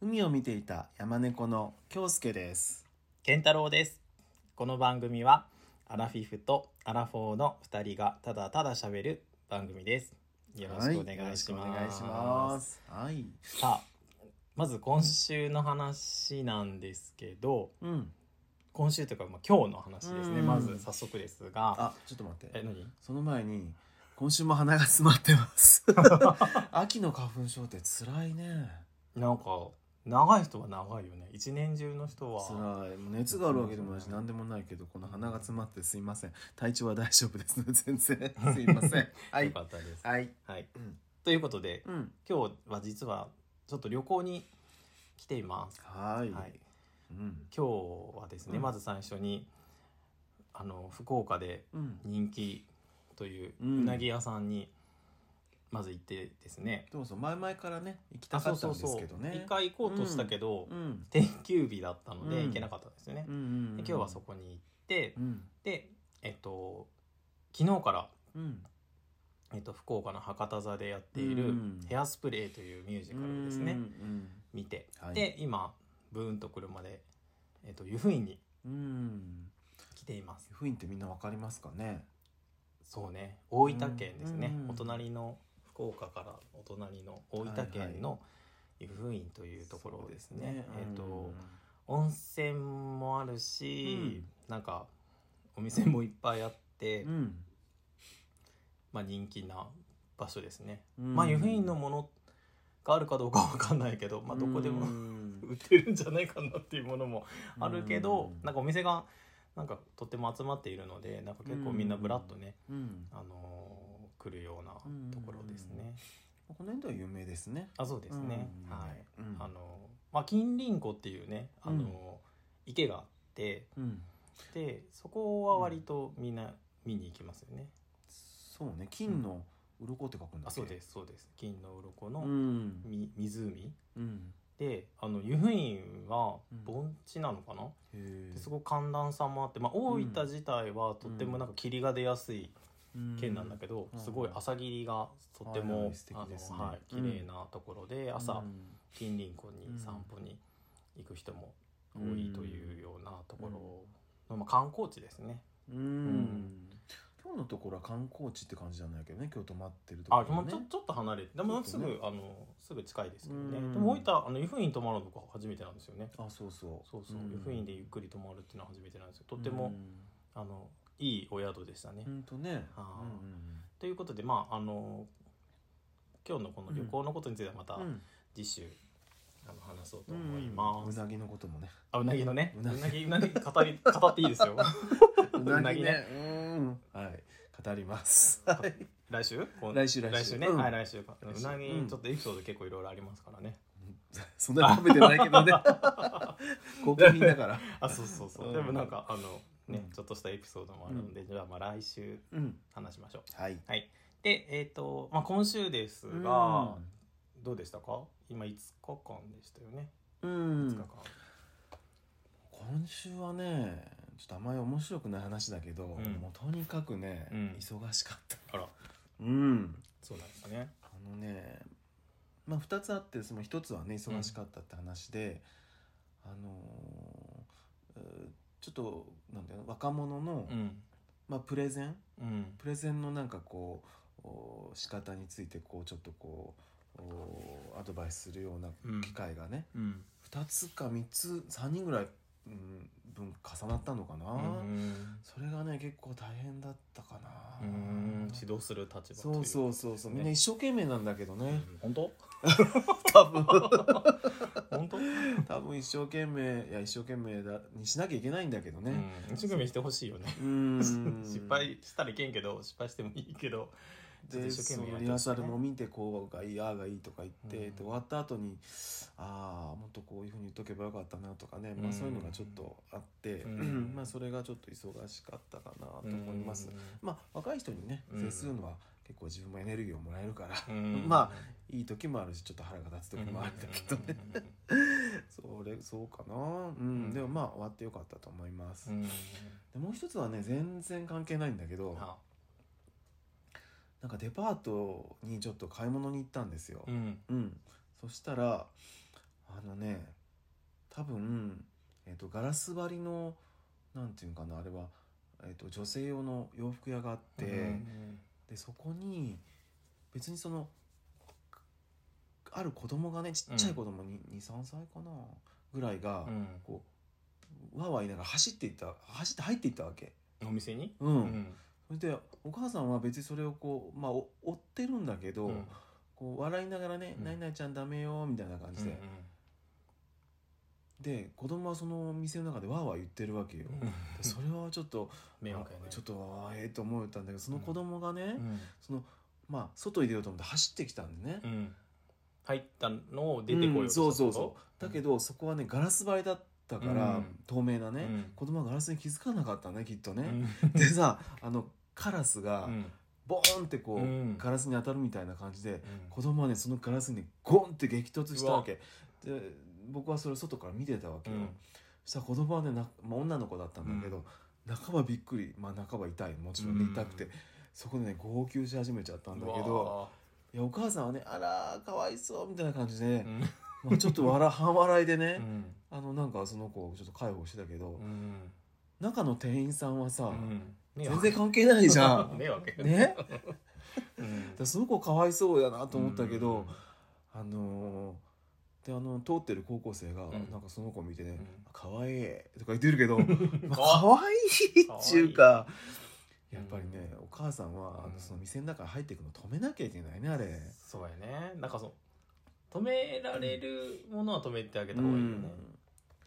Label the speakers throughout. Speaker 1: 海を見ていた山猫の京介です。
Speaker 2: 健太郎です。この番組は、アラフィフとアラフォーの二人がただただ喋る番組です。よろしくお願いしま
Speaker 1: はい、
Speaker 2: す。
Speaker 1: よろしくお願いします。はい。
Speaker 2: さあ、まず今週の話なんですけど、
Speaker 1: うん。
Speaker 2: 今週というか、まあ、今日の話ですね。
Speaker 1: うん
Speaker 2: まず早速ですが、
Speaker 1: あ、ちょっと待っ
Speaker 2: え、
Speaker 1: て。
Speaker 2: 何
Speaker 1: その前に、今週も鼻が詰まって ます。秋の花粉症って辛いね。
Speaker 2: なんか、長い人は長いよね。一年中の人は。
Speaker 1: 辛い。もう熱があるわけでもないし、何でもないけど、この鼻が詰まってすいません。体調は大丈夫ですね。全然。すいま せん。は
Speaker 2: よ
Speaker 1: い
Speaker 2: か。ったです。
Speaker 1: はい。
Speaker 2: はい。
Speaker 1: うん。
Speaker 2: ということで、
Speaker 1: うん。
Speaker 2: 今日は実は、ちょっと旅行に来ています。
Speaker 1: はい。
Speaker 2: はい。
Speaker 1: うん。
Speaker 2: 今日はですね、
Speaker 1: うん
Speaker 2: まず最初にあの福岡で
Speaker 1: うん。
Speaker 2: 人気という
Speaker 1: う
Speaker 2: うんなぎ屋さんにまず行ってですね、
Speaker 1: そうそう、前々からね、行き
Speaker 2: あ
Speaker 1: たか
Speaker 2: そう
Speaker 1: った
Speaker 2: そ
Speaker 1: んで
Speaker 2: うそ
Speaker 1: すけ
Speaker 2: う
Speaker 1: どね。
Speaker 2: 一回行こうとしたけど、
Speaker 1: うん。
Speaker 2: 定休日だったので
Speaker 1: うん
Speaker 2: 行けなかったんですよね、
Speaker 1: うんうんうん、
Speaker 2: で今日はそこに行って、
Speaker 1: うん
Speaker 2: でえっと昨日から、
Speaker 1: うん
Speaker 2: えっと、福岡の博多座でやっている
Speaker 1: うん
Speaker 2: 「ヘアスプレー」というミュージカルをですね、
Speaker 1: うんうん
Speaker 2: 見て、
Speaker 1: はい
Speaker 2: で今ブーンと車で、えっと、湯布院に
Speaker 1: うん
Speaker 2: 来ています
Speaker 1: 湯布院ってみんなわかりますかね
Speaker 2: そうね大分県ですね、
Speaker 1: うんうん
Speaker 2: お隣の福岡からお隣の大分県の湯布院というところですね。
Speaker 1: そうです
Speaker 2: えっ、と、
Speaker 1: うん
Speaker 2: 温泉もあるし、
Speaker 1: うん
Speaker 2: なんかお店もいっぱいあって、
Speaker 1: うん
Speaker 2: まあ人気な場所ですね。
Speaker 1: うん
Speaker 2: まあ湯布院のものがあるかどうかわかんないけど、まあどこで
Speaker 1: う
Speaker 2: も
Speaker 1: ん
Speaker 2: 売ってるんじゃないかなっていうものもあるけど、
Speaker 1: うん
Speaker 2: なんかお店がなんかとっても集まっているので、なんか結構みんなブラッとね。
Speaker 1: うん
Speaker 2: あのー来るようなところですね。
Speaker 1: うんうんこの辺では有名ですね
Speaker 2: あそうですね。
Speaker 1: うん
Speaker 2: はい。
Speaker 1: うん
Speaker 2: あのーまあ金鱗湖っていうねあのー、池があって
Speaker 1: うん
Speaker 2: でそこは割とみんな見に行きますよね。
Speaker 1: そうね金の鱗って書くんだっけ
Speaker 2: あそうですそうです。金の鱗
Speaker 1: う
Speaker 2: の
Speaker 1: ん
Speaker 2: み湖
Speaker 1: うん
Speaker 2: であの湯布院は
Speaker 1: うん
Speaker 2: 盆地なのかな。
Speaker 1: へえ
Speaker 2: ですごく寒暖差もあって、まあ大分自体はとってもなんか霧が出やすい県なんだけど、
Speaker 1: うん
Speaker 2: すごい朝霧がとっても、
Speaker 1: はいはい素敵
Speaker 2: あの
Speaker 1: ですね
Speaker 2: はい綺麗なところで朝。
Speaker 1: うん
Speaker 2: 近隣湖に散歩に行く人も多いというようなところの、まあ、観光地ですね。
Speaker 1: うん
Speaker 2: ん
Speaker 1: 今日のところは観光地って感じじゃないけどね今日泊まってるとこ
Speaker 2: あ、
Speaker 1: ろ、ね、
Speaker 2: まあちょちょっと離れてでも
Speaker 1: ち
Speaker 2: す
Speaker 1: ょっ
Speaker 2: ぐ、
Speaker 1: とね
Speaker 2: あのすぐ近いですけど
Speaker 1: うん
Speaker 2: ね。でも大分あの湯布院泊まるのが初めてなんですよね。
Speaker 1: あそうそう
Speaker 2: そうそう、
Speaker 1: ん
Speaker 2: 湯布院でゆっくり泊まるっていうのは初めてなんですよ。と
Speaker 1: と
Speaker 2: っても、あのいいお宿でしたね。
Speaker 1: 本当ね
Speaker 2: はあ
Speaker 1: うん
Speaker 2: ということでまああの今日のこの旅行のことについてはまた
Speaker 1: うんうん
Speaker 2: 次週、あの話そうと
Speaker 1: うん
Speaker 2: 思います。
Speaker 1: うなぎのこともね
Speaker 2: あうなぎのね
Speaker 1: う
Speaker 2: う
Speaker 1: な
Speaker 2: な
Speaker 1: ぎ
Speaker 2: ぎうなぎ語り語ってい いですよ。
Speaker 1: う
Speaker 2: うなぎね
Speaker 1: うんはい語ります
Speaker 2: 来週こう
Speaker 1: 来週来週
Speaker 2: ね、
Speaker 1: うん
Speaker 2: はい来週かう
Speaker 1: 来週
Speaker 2: なぎ
Speaker 1: うん
Speaker 2: ちょっとエピソード結構いろいろありますか らね、
Speaker 1: そんなに食べてないけどねご機嫌だから
Speaker 2: あそうそうそう、
Speaker 1: うん
Speaker 2: でもなんかあのね、
Speaker 1: うん
Speaker 2: ちょっとしたエピソードもあるので、じゃあまあ来週
Speaker 1: うん
Speaker 2: 話しましょう
Speaker 1: はい
Speaker 2: はいでえっ、と、まあ、今週です
Speaker 1: うん
Speaker 2: が、どうでしたか今5日間でしたよね
Speaker 1: う
Speaker 2: 5日間
Speaker 1: ん、今週はねちょっとあまり面白くない話だけど、
Speaker 2: うん
Speaker 1: もうとにかくね、
Speaker 2: うん
Speaker 1: 忙しかった
Speaker 2: あら
Speaker 1: うん
Speaker 2: そうなんですかね
Speaker 1: あのねまあ2つあってその1つはね忙しかったって話で、あのーえーちょっとなんだよ若者の、
Speaker 2: うん
Speaker 1: まあ、プレゼン
Speaker 2: うん
Speaker 1: プレゼンのなんかこうお仕方についてこうちょっとこうおアドバイスするような
Speaker 2: うん
Speaker 1: 機会がね、
Speaker 2: うん
Speaker 1: 2つか3つ3人ぐらい、うん、分重なったのかな、
Speaker 2: うん
Speaker 1: それがね結構大変だったかな。
Speaker 2: うん指導する立場という
Speaker 1: そうそうそうそう、みんな一生懸命なんだけどね、
Speaker 2: うん本 当
Speaker 1: 多 分
Speaker 2: 本当、
Speaker 1: 多分一生懸命いや一生懸命だにしなきゃいけないんだけど
Speaker 2: う
Speaker 1: ね、
Speaker 2: ん一生懸命してほしいよね
Speaker 1: うーん、
Speaker 2: 失敗したらいけんけど失敗してもいいけどちょっと
Speaker 1: で
Speaker 2: 一生
Speaker 1: そ
Speaker 2: 懸
Speaker 1: の
Speaker 2: 命
Speaker 1: リ
Speaker 2: や
Speaker 1: ハ
Speaker 2: っ
Speaker 1: ーサ
Speaker 2: て
Speaker 1: ル
Speaker 2: ほしい
Speaker 1: も
Speaker 2: ね
Speaker 1: 見てこうがいいああがいいとか言って、
Speaker 2: うん
Speaker 1: で終わった後にああもっとこういうふうに言っとけばよかったなとかね、ま
Speaker 2: う
Speaker 1: あ、
Speaker 2: ん
Speaker 1: そういうのがちょっとあって、
Speaker 2: うん
Speaker 1: まあそれがちょっと忙しかったかなと
Speaker 2: うん
Speaker 1: 思います。まあ、若い人にね
Speaker 2: うん
Speaker 1: 接するのは結構自分もエネルギーをもらえるから、
Speaker 2: うん
Speaker 1: まいい時もあるしちょっと腹が立つ時もあるんだけどね、 それそうかな、うん
Speaker 2: うん
Speaker 1: でもまあ終わってよかったと思います、
Speaker 2: うん
Speaker 1: でもう一つはね全然関係ないんだけど
Speaker 2: あ
Speaker 1: なんかデパートにちょっと買い物に行ったんですよ
Speaker 2: う、ん
Speaker 1: うんそしたらあのね多分、えっとガラス張りのなんていうのかなあれは、えっと女性用の洋服屋があって、
Speaker 2: うん
Speaker 1: でそこに別にそのかある子供がねちっちゃい子供に、23歳かなぐらいが、
Speaker 2: うん
Speaker 1: こうわーわー言いながら走っていった走って入っていったわけ。
Speaker 2: お店に
Speaker 1: うん
Speaker 2: う
Speaker 1: それでお母さんは別にそれをこう、まあ、お追ってるんだけど、
Speaker 2: うん
Speaker 1: こう笑いながらね
Speaker 2: う
Speaker 1: 「
Speaker 2: ん
Speaker 1: なになにちゃんダメよ」みたいな感じで、で子供はその店の中でわーわー言ってるわけよ。
Speaker 2: うんうん
Speaker 1: でそれはちょっと
Speaker 2: 迷惑やね
Speaker 1: あちょっとあーええと思ったんだけどその子供がね、
Speaker 2: うん
Speaker 1: そのまあ外に出ようと思って走ってきたんでね
Speaker 2: う、ん入ったのを出てこ
Speaker 1: う
Speaker 2: ようんと
Speaker 1: そうそうそうだけ
Speaker 2: ど
Speaker 1: どそこはねガラス張りだったから、
Speaker 2: うん
Speaker 1: 透明なね、
Speaker 2: うん
Speaker 1: 子供はガラスに気づかなかったねきっとね、でさあのカラスがボーンってこう、ガラスに当たるみたいな感じで子供はねそのガラスにゴンって激突したわけで僕はそれを外から見てたわけよ、そしたら子供はねな、まあ、女の子だったんだけど、半ばびっくりまあ半ば痛いもちろんね
Speaker 2: うん
Speaker 1: 痛くて、そこでね号泣し始めちゃったんだけどいやお母さんはね「あらーかわいそう」みたいな感じで、まあ、ちょっと笑半笑いでね、あのなんかその子をちょっと介抱してたけど、中の店員さんはさ、全然関係ないじゃん。
Speaker 2: 迷惑や
Speaker 1: ね、
Speaker 2: うん
Speaker 1: だすごくかわいそうやなと思ったけど、あのーであの通ってる高校生が、
Speaker 2: ん
Speaker 1: なんかその子見てね
Speaker 2: うん
Speaker 1: 「可愛いとか言ってるけ ど、まあ、
Speaker 2: かわ
Speaker 1: かわいいっていうか
Speaker 2: かわいい
Speaker 1: やっぱりね、お母さんはあ
Speaker 2: う
Speaker 1: の
Speaker 2: ん
Speaker 1: その店の中に入っていくの止めなきゃいけないねあれ。
Speaker 2: そうやねなんかその止められるものは止めてあげた
Speaker 1: う
Speaker 2: 方がいいよね、
Speaker 1: ん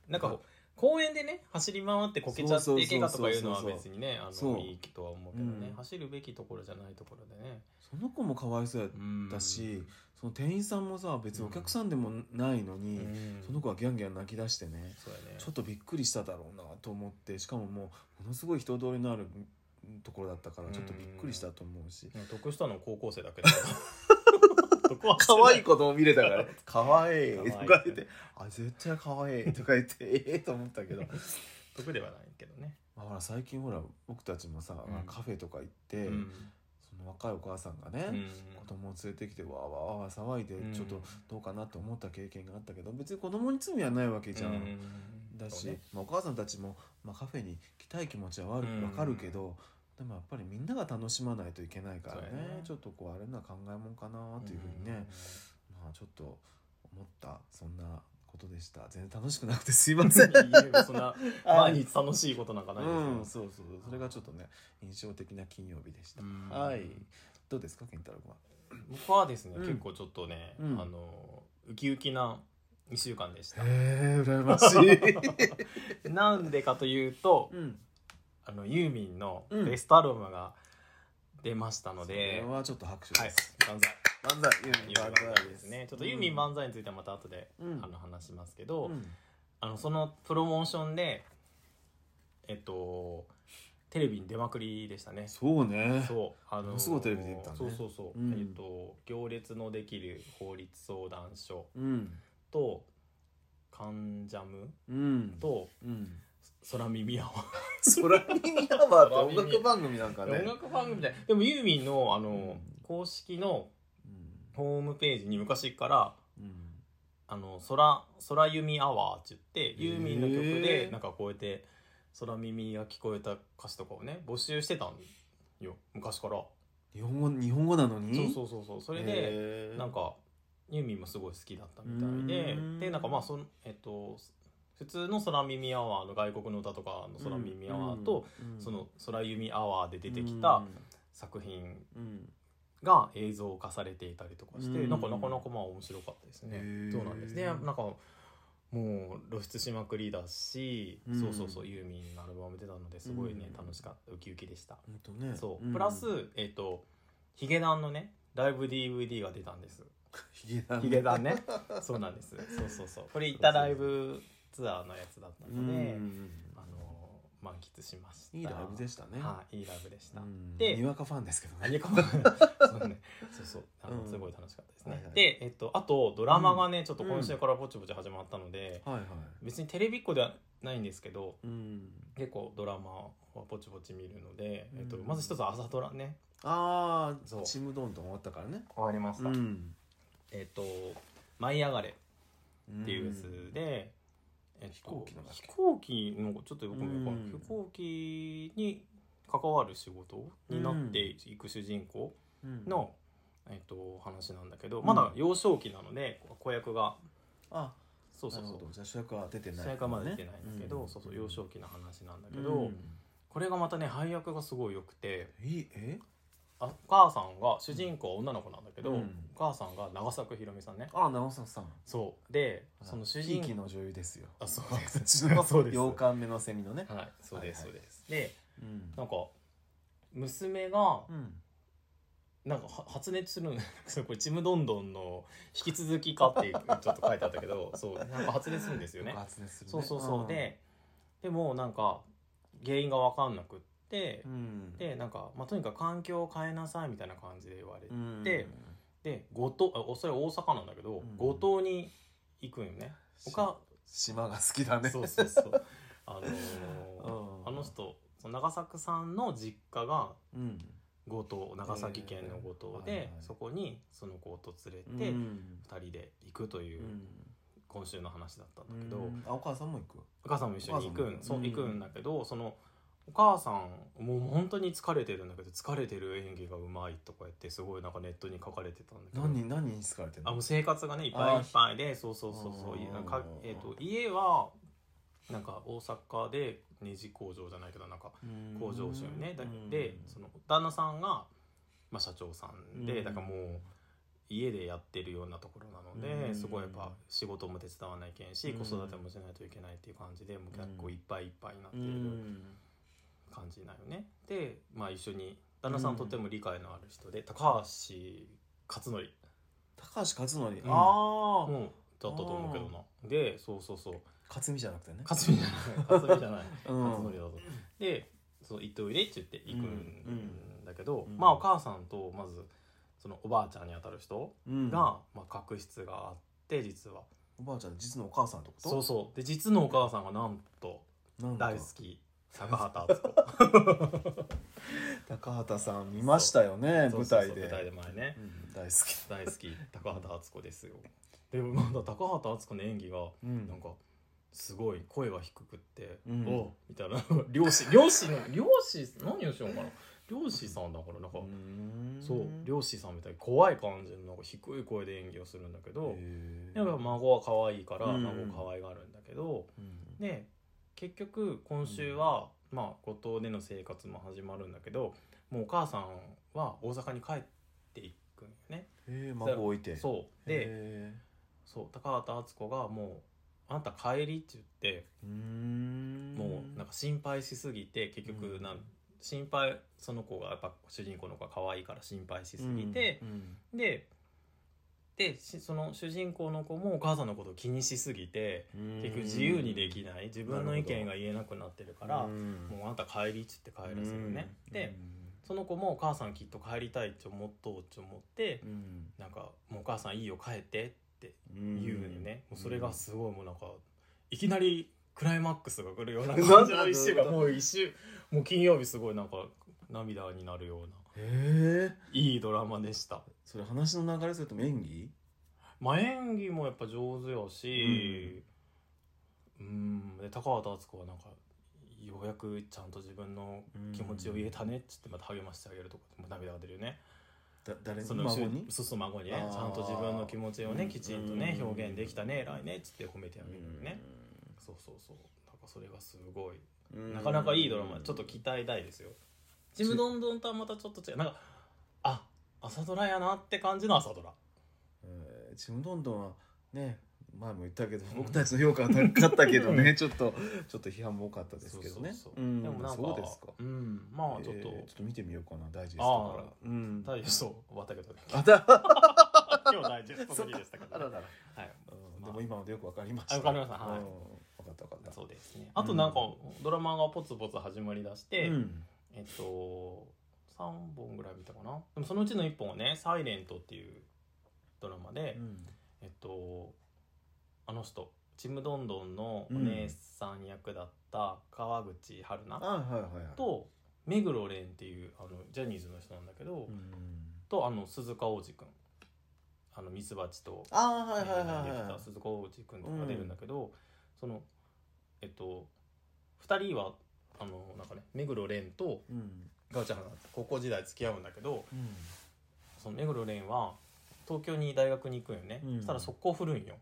Speaker 2: なんかこう公園でね走り回ってこけちゃっ
Speaker 1: そうそう
Speaker 2: て
Speaker 1: そうそう
Speaker 2: 怪我とかいうのは別にねあ
Speaker 1: そう
Speaker 2: のいいとは思うけどね、
Speaker 1: うん
Speaker 2: 走るべきところじゃないところでね、
Speaker 1: その子もかわいそうやったし、その店員さんもさ別にお客さんでもないの
Speaker 2: う
Speaker 1: に、
Speaker 2: ん
Speaker 1: その子はギャンギャン泣き出してね、
Speaker 2: そうやね
Speaker 1: ちょっとびっくりしただろうなと思ってしかももうものすごい人通りのあるところだったからちょっとびっくりしたと思うし
Speaker 2: ね得したの高校生だけだから得はし て
Speaker 1: 可
Speaker 2: な
Speaker 1: 愛い子供見れたからね「 可愛い
Speaker 2: 可愛い
Speaker 1: とか言って「あ絶対可愛いとか言って 「ええ」と思ったけど、
Speaker 2: 得ではないけどね、
Speaker 1: まあ、ほら最近ほら僕たちもさ、
Speaker 2: うん
Speaker 1: カフェとか行って、
Speaker 2: うん
Speaker 1: その若いお母さんがね、子供を連れてきてわーわーわー騒いで
Speaker 2: うん
Speaker 1: ちょっとどうかなと思った経験があったけど別に子供に罪はないわけじゃん、
Speaker 2: うん
Speaker 1: だし、
Speaker 2: そうね
Speaker 1: まあ、お母さんたちも、まあ、カフェに来たい気持ちはわる
Speaker 2: うん
Speaker 1: わかるけど、でもやっぱりみんなが楽しまないといけないからね
Speaker 2: そうやね
Speaker 1: ちょっとこうあれな考えもんかなっていうふうにね、まあ、ちょっと思ったそんなことでした全然楽しくなくてすいま
Speaker 2: う
Speaker 1: せ
Speaker 2: ん。
Speaker 1: ん
Speaker 2: いえそんな
Speaker 1: あ
Speaker 2: 毎日楽しいことなんか
Speaker 1: う
Speaker 2: ないですよ、
Speaker 1: ん、そうそうそれがちょっとね印象的な金曜日でした、
Speaker 2: うん
Speaker 1: はいどうですか健太郎君は
Speaker 2: 僕はですね、
Speaker 1: うん
Speaker 2: 結構ちょっとね、
Speaker 1: うん
Speaker 2: あのウキウキな1週間でした
Speaker 1: へえ羨ましい、
Speaker 2: なんでかというと、
Speaker 1: うん、
Speaker 2: あのユーミンの
Speaker 1: うん
Speaker 2: ベストアルバムが出ましたの
Speaker 1: これ
Speaker 2: で、
Speaker 1: はちょっと拍手
Speaker 2: は
Speaker 1: で
Speaker 2: い
Speaker 1: す、
Speaker 2: 万歳
Speaker 1: 漫才ユー
Speaker 2: ユー
Speaker 1: ミ
Speaker 2: ミ
Speaker 1: ン
Speaker 2: ン万
Speaker 1: 漫才
Speaker 2: 歳で
Speaker 1: ですす
Speaker 2: ねちょっとユーミン万歳についてはまた後で、
Speaker 1: うん
Speaker 2: あの話しますけど、
Speaker 1: うん
Speaker 2: あのそのプロモーションでえっとテレビに出まくりでしたね
Speaker 1: そうね
Speaker 2: そうあ
Speaker 1: ものすごいテレビ出てたね
Speaker 2: そうそうそう、
Speaker 1: うん
Speaker 2: えっと行列のできる法律相談所
Speaker 1: うん
Speaker 2: とカンジャム
Speaker 1: うん
Speaker 2: と
Speaker 1: うん
Speaker 2: 空耳アワ
Speaker 1: 空耳アワーって音楽番組なんか
Speaker 2: ー
Speaker 1: ね
Speaker 2: 音楽番組みたいでもユーミンのあの、
Speaker 1: うん
Speaker 2: 公式の
Speaker 1: うん
Speaker 2: ホームページに昔から
Speaker 1: うん
Speaker 2: あの空空弓アワーって言ってユーミンの曲
Speaker 1: へ
Speaker 2: で
Speaker 1: ー
Speaker 2: なんかこうやって空耳が聞こえた歌詞とかをね募集してたんよ昔から
Speaker 1: 日本語日本語なのに
Speaker 2: そうそううそうそうそれでなんかユーミンもすごい好きだったみたいうで
Speaker 1: ーん
Speaker 2: でなんかまあそのえっと普通の空耳アワーの外国の歌とかの空耳アワーと、その空弓アワーで出てきた作品
Speaker 1: うん
Speaker 2: が映像化されていたりとかして、
Speaker 1: うん
Speaker 2: なんかなかなかまあ面白かったですね
Speaker 1: へ。ー
Speaker 2: そうなんですね。なんかもう露出しまくりだし、
Speaker 1: うん
Speaker 2: そうそうそうユーミンのアルバム出たのですごいね、
Speaker 1: うん
Speaker 2: 楽しかったウキウキでした。
Speaker 1: ほんとね
Speaker 2: そう、
Speaker 1: ん
Speaker 2: プラスえっ、とヒゲダンのねライブ DVD が出たんです。
Speaker 1: ヒゲダン
Speaker 2: ヒゲダンね。 そうなんです。そうそうそう。これ行ったライブツアーのやつだった
Speaker 1: う
Speaker 2: ので、
Speaker 1: ん
Speaker 2: あの満喫しました。
Speaker 1: いいライブでしたね
Speaker 2: はい、いいライブでした。
Speaker 1: うん
Speaker 2: で
Speaker 1: にわかファンですけど
Speaker 2: 何
Speaker 1: ね
Speaker 2: かもそうねそうそうあの、
Speaker 1: うん
Speaker 2: すごい楽しかったですね、
Speaker 1: はいはい
Speaker 2: で、えっと、あとドラマがね、ちょっと今週からぼちぼち始まったので、
Speaker 1: はいはい
Speaker 2: 別にテレビっ子ではないんですけど
Speaker 1: うん
Speaker 2: 結構ドラマはぼちぼち見るので、えっと、
Speaker 1: うん
Speaker 2: まず一つ朝ドラね
Speaker 1: あ
Speaker 2: そ
Speaker 1: あ
Speaker 2: う
Speaker 1: ちむどんどん終わったからね
Speaker 2: 終わりま
Speaker 1: うん
Speaker 2: えっと「舞い上がれ」
Speaker 1: う
Speaker 2: っていうやつで、えっと
Speaker 1: 飛行機のだっけ
Speaker 2: 飛行機のちょっとよくわかんない
Speaker 1: うん
Speaker 2: 飛行機に関わる仕事になっていく主人公
Speaker 1: うん
Speaker 2: の、えっと、話なんだけどまだ幼少期なので子役が
Speaker 1: あ
Speaker 2: そうそう
Speaker 1: な
Speaker 2: そ
Speaker 1: るほ
Speaker 2: う
Speaker 1: どじゃあ主役は出てない
Speaker 2: 主役はまだ出てないんだけど、
Speaker 1: うん
Speaker 2: そうそう幼少期の話なんだ
Speaker 1: う
Speaker 2: け
Speaker 1: ん
Speaker 2: ど、これがまたね配役がすごい良くて
Speaker 1: いいえ
Speaker 2: あお母さんが主人公は女の子なんだけど、
Speaker 1: うん
Speaker 2: お母さんが長作ひろみさんね
Speaker 1: あ長澤さん
Speaker 2: そうでその主人
Speaker 1: ひいきの女優ですよ
Speaker 2: あ そうです
Speaker 1: ちの
Speaker 2: そうです
Speaker 1: 8日目のセミのね
Speaker 2: はいそうですそうです、で
Speaker 1: うん
Speaker 2: なんか娘が
Speaker 1: うん
Speaker 2: なんかは発熱するの そうこれ「ちむどんどん」の引き続きかってちょっと書いてあった けどそうなんか発熱するんですよね
Speaker 1: 爆発熱するね
Speaker 2: そうそうそう、
Speaker 1: ん
Speaker 2: ででもなんか原因が分かんなくって
Speaker 1: う、ん
Speaker 2: でなんか、まあ、とにかく環境を変えなさいみたいな感じで言われて、
Speaker 1: うん
Speaker 2: でで五島あおそれは大阪なんだけど、
Speaker 1: うん
Speaker 2: 五島に行くんよねおか
Speaker 1: 島が好きだね
Speaker 2: そうそ うそうあのー
Speaker 1: うん
Speaker 2: あの人その長作さんの実家が
Speaker 1: うん
Speaker 2: 五島長崎県の五島で、
Speaker 1: えーはいはい
Speaker 2: そこにその子と連
Speaker 1: うん
Speaker 2: れて
Speaker 1: う
Speaker 2: 2
Speaker 1: ん
Speaker 2: 人で行くという今週の話だったんだけど、
Speaker 1: うんあお母さんも行く
Speaker 2: お母さんも一緒に行く
Speaker 1: お母さん
Speaker 2: ん
Speaker 1: も
Speaker 2: そううん行くんだけど、そのお母さんもう本当に疲れてるんだけど疲れてる演技がうまいとか言ってすごいなんかネットに書かれてたんだけど
Speaker 1: 何何に好かれてる
Speaker 2: あもう
Speaker 1: の
Speaker 2: 生活がねいっぱい
Speaker 1: あ
Speaker 2: い
Speaker 1: ー
Speaker 2: っぱいでそうそうそうそううんいなんか、えー、と家はなんか大阪で二次工場じゃないけどなんか
Speaker 1: うん
Speaker 2: 工場主よねだ
Speaker 1: うん
Speaker 2: でその旦那さんが、まあ、社長さん
Speaker 1: う
Speaker 2: で
Speaker 1: ん
Speaker 2: だからもう家でやってるようなところなの
Speaker 1: う
Speaker 2: で
Speaker 1: ん
Speaker 2: すごいやっぱ仕事も手伝わないけんし
Speaker 1: うん
Speaker 2: 子育てもしないといけないっていう感じでもう結構いっぱいいっぱいになって
Speaker 1: う
Speaker 2: いる
Speaker 1: ん
Speaker 2: 感じなんよね。で、まあ、一緒に旦那さんとても理解のある人で高橋克典
Speaker 1: 高橋克典
Speaker 2: うん
Speaker 1: ああ
Speaker 2: もうだったと思うけどなでそうそうそう
Speaker 1: 克美じゃなくてね
Speaker 2: 克美 じゃない克美じゃない
Speaker 1: うん
Speaker 2: 克典だとでそう行っておいでって言って行くんだけど、
Speaker 1: うん
Speaker 2: まあお母さんとまずそのおばあちゃんにあたる人
Speaker 1: うん
Speaker 2: が、まあ、確執があって実は
Speaker 1: おばあちゃん実のお母さんってこと
Speaker 2: そうそうで実のお母さんがなんと
Speaker 1: なんだ
Speaker 2: 大好き坂 畑敦子
Speaker 1: 高畑さん見ましたよね
Speaker 2: そう
Speaker 1: 舞
Speaker 2: そうそう
Speaker 1: 台で
Speaker 2: 舞台で前ね
Speaker 1: うん大好き
Speaker 2: 大好き高畑敦子ですよでもまだ高畑敦子の演技が
Speaker 1: うん
Speaker 2: なんかすごい声が低くって「
Speaker 1: うん
Speaker 2: おうみたいな 漁師漁師の漁師何をしようかな漁師さんだからなんか、
Speaker 1: うん
Speaker 2: そう漁師さんみたいに怖い感じのなんか低い声で演技をするんだけど、
Speaker 1: へー
Speaker 2: やっぱ孫は可愛いから
Speaker 1: うん
Speaker 2: 孫可愛がるんだけど、
Speaker 1: うん
Speaker 2: で結局今週は、まあ五島での生活も始まるんだけどもうお母さんは大阪に帰っていくんよね。
Speaker 1: へえ孫置いてう
Speaker 2: そうで、そう高畑敦子がもう「あんた帰り」って言って
Speaker 1: うん
Speaker 2: もうなんか心配しすぎて結局なん、心配その子がやっぱ主人公の子が可愛いから心配しすぎて、
Speaker 1: うん
Speaker 2: ででしその主人公の子もお母さんのことを気にしすぎて
Speaker 1: うん
Speaker 2: 結局自由にできない自分の意見が言えなくなってるから
Speaker 1: うん
Speaker 2: もうあんた帰りっつって帰らせるね、
Speaker 1: うん
Speaker 2: でその子もお母さんきっと帰りたいって思っとうって思って
Speaker 1: う、ん
Speaker 2: なんか「もうお母さんいいよ帰って」って言うのよね、もうそれがすごいもうなんかいきなりクライマックスが来るよう な感じの一週がもう一週もう金曜日すごいなんか涙になるような
Speaker 1: へえ
Speaker 2: いいドラマでした、
Speaker 1: それ話の流れすると演技
Speaker 2: まあ、演技もやっぱ上手やしうんで高畑敦子はなんかようやくちゃんと自分の気持ちを言えたねっつってまた励ましてあげるとかもう涙が出るよね
Speaker 1: だ誰に
Speaker 2: その
Speaker 1: 孫に
Speaker 2: そうそう孫にね
Speaker 1: あー
Speaker 2: ちゃんと自分の気持ちをねきちんとね
Speaker 1: うん
Speaker 2: 表現できたね偉いねっつって褒めてあげるよね、
Speaker 1: うん
Speaker 2: そうそうそうなんかそれがすごい
Speaker 1: うん
Speaker 2: なかなかいいドラマちょっと期待大ですよ「ちむどんどん」とはまたちょっと違うなんかあ朝ドラやなって感じの朝ドラ
Speaker 1: えーちむどんどんはね前も言ったけど僕たちの評価は高かったけどねちょっとちょっと批判も多かったですけどね
Speaker 2: そうそう
Speaker 1: う
Speaker 2: そうんでもなんか
Speaker 1: そうですか
Speaker 2: うんまあちょっ
Speaker 1: えー
Speaker 2: と、
Speaker 1: ちょっと見てみようかなダイジェストから
Speaker 2: あ
Speaker 1: うん
Speaker 2: 大そう終わったけどね
Speaker 1: あだ
Speaker 2: 今日ダイジェスト3でしたけ
Speaker 1: あ
Speaker 2: ど、
Speaker 1: ら
Speaker 2: ね、
Speaker 1: らら
Speaker 2: はい
Speaker 1: うん
Speaker 2: まあ
Speaker 1: でも今のでよくわかりました
Speaker 2: あわかりましたはい
Speaker 1: うんわかったわかった
Speaker 2: そうですねあとなんかドラマがポツポツ始まりだして、
Speaker 1: うん
Speaker 2: えっと3本ぐらい見たかなでもそのうちの1本はね「サイレントっていうドラマで、
Speaker 1: うん
Speaker 2: えっとあの人ちむどんどんのお姉さん役だった川口春
Speaker 1: あ
Speaker 2: 奈
Speaker 1: はいはいはい
Speaker 2: と目黒蓮っていうあのジャニーズの人なんだけど、
Speaker 1: うん
Speaker 2: とあの鈴鹿央士くんあのミツバチと、
Speaker 1: ああはいはい
Speaker 2: えー
Speaker 1: は
Speaker 2: デ
Speaker 1: いは
Speaker 2: ィレ
Speaker 1: い
Speaker 2: クタ
Speaker 1: は
Speaker 2: ー鈴子内君とかが出るんだけど、そのえっと2人はあのなんかね目黒蓮と
Speaker 1: いうん
Speaker 2: ガオちゃんが高校時代付き合うんだけど
Speaker 1: うん
Speaker 2: その目黒蓮は東京に大学に行くんよね、
Speaker 1: うん
Speaker 2: そしたら速攻振るんよ、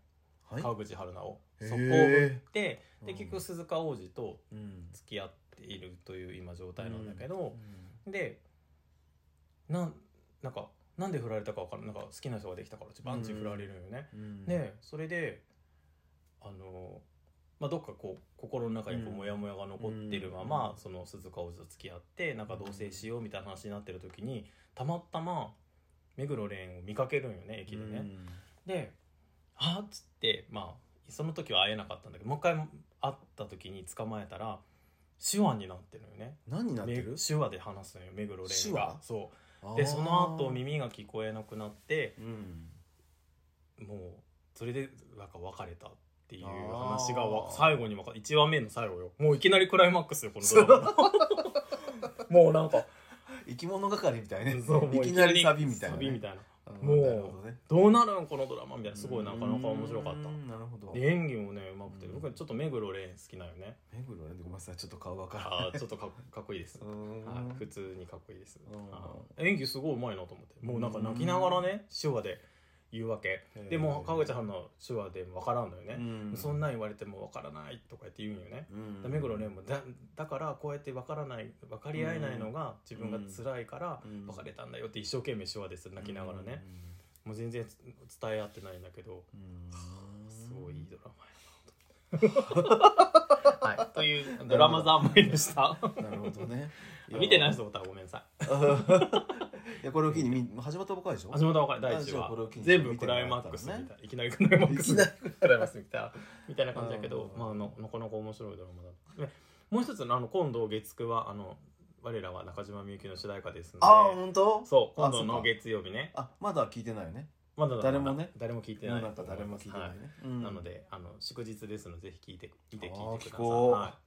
Speaker 1: はい
Speaker 2: 川口春奈を
Speaker 1: へー
Speaker 2: 速攻振って
Speaker 1: うん
Speaker 2: で結局鈴鹿央士と
Speaker 1: うん
Speaker 2: 付き合っているという今状態なんだけど、でなんなんかなんで振られたか分からんなんか好きな人ができたからバンチ振られるんよね、
Speaker 1: うん
Speaker 2: でそれであの、まあ、どっかこう心の中にこ
Speaker 1: う
Speaker 2: うんモヤモヤが残ってるまま、
Speaker 1: うん
Speaker 2: その鈴鹿王子と付き合ってなんか同棲しようみたいな話になってる時にたまたま目黒蓮を見かけるんよね駅でね。で「あっ」つってまあその時は会えなかったんだけどもう一回会った時に捕まえたら手話になってるよね
Speaker 1: 何になって
Speaker 2: め
Speaker 1: る
Speaker 2: 手話で話すのよ目黒蓮
Speaker 1: 手
Speaker 2: が
Speaker 1: 話
Speaker 2: そうでその後
Speaker 1: み
Speaker 2: 耳が聞こえなくなって
Speaker 1: うん
Speaker 2: もうそれでなんか別れたっていう話がわ
Speaker 1: あー
Speaker 2: 最後に分か1話目の最後よもういきなりクライマックスよこのドラマ もうなんか
Speaker 1: 生き物係みたいね
Speaker 2: そうもう
Speaker 1: いきなりサビみたいな
Speaker 2: サ
Speaker 1: ね
Speaker 2: ビみたいな
Speaker 1: あー
Speaker 2: もう
Speaker 1: なるほどね
Speaker 2: どうなるんこのドラマみたいなすごいなかなか面白かっ
Speaker 1: う
Speaker 2: た
Speaker 1: んなるほど
Speaker 2: で演技もねうまくて
Speaker 1: うん
Speaker 2: 僕はちょっと目黒蓮好きなよね
Speaker 1: 目黒ねごめんなさいちょっと顔わから
Speaker 2: ああちょっとか っかっこいいです
Speaker 1: ない
Speaker 2: はい普通にかっこいいです
Speaker 1: うん
Speaker 2: あー演技すごいうまいなと思ってもうなんか泣きながらね手話で言うわけでも川口
Speaker 1: ん
Speaker 2: さんの手話で分からんのよね、
Speaker 1: ね
Speaker 2: そんなん言われても分からないとか言って言うんよね、
Speaker 1: うん
Speaker 2: 目黒蓮もだだからこうやって分からない分かり合えないのが自分が辛いから
Speaker 1: うん
Speaker 2: 別れたんだよって一生懸命手話です泣きながらね、もう全然伝え合ってないんだけど
Speaker 1: うん
Speaker 2: すごいいいドラ マやなとはい、というドラマ三昧でした
Speaker 1: なるほど ね
Speaker 2: 見てない
Speaker 1: ぞ
Speaker 2: 人おったらごめんなさい
Speaker 1: いやこれを機にみ始まったばかりでしょ
Speaker 2: 橋本分かり第一
Speaker 1: じゃあ
Speaker 2: 話
Speaker 1: これを機に
Speaker 2: 全部クライマックスみたいないきなりクライマックス
Speaker 1: いきなり
Speaker 2: クライマックスみたいなみたいな感じだけど
Speaker 1: うん
Speaker 2: まああのなかなか面白いドラマだでもう一つのあの今度月9はあの我らは中島みゆきの主題歌ですので
Speaker 1: ああ本当
Speaker 2: そう、今度
Speaker 1: あそ
Speaker 2: の
Speaker 1: うか
Speaker 2: 月曜日ね。
Speaker 1: あまだ聞いてないよね
Speaker 2: まだまだ
Speaker 1: 誰もね
Speaker 2: 誰も聞いて
Speaker 1: 世
Speaker 2: な
Speaker 1: の
Speaker 2: い。
Speaker 1: 中誰も聞いてない
Speaker 2: は
Speaker 1: ねうん
Speaker 2: なので、あの祝日ですので、ぜひ聞いて、見て
Speaker 1: あー
Speaker 2: 聞いてく
Speaker 1: 聞
Speaker 2: ださい。
Speaker 1: こう
Speaker 2: は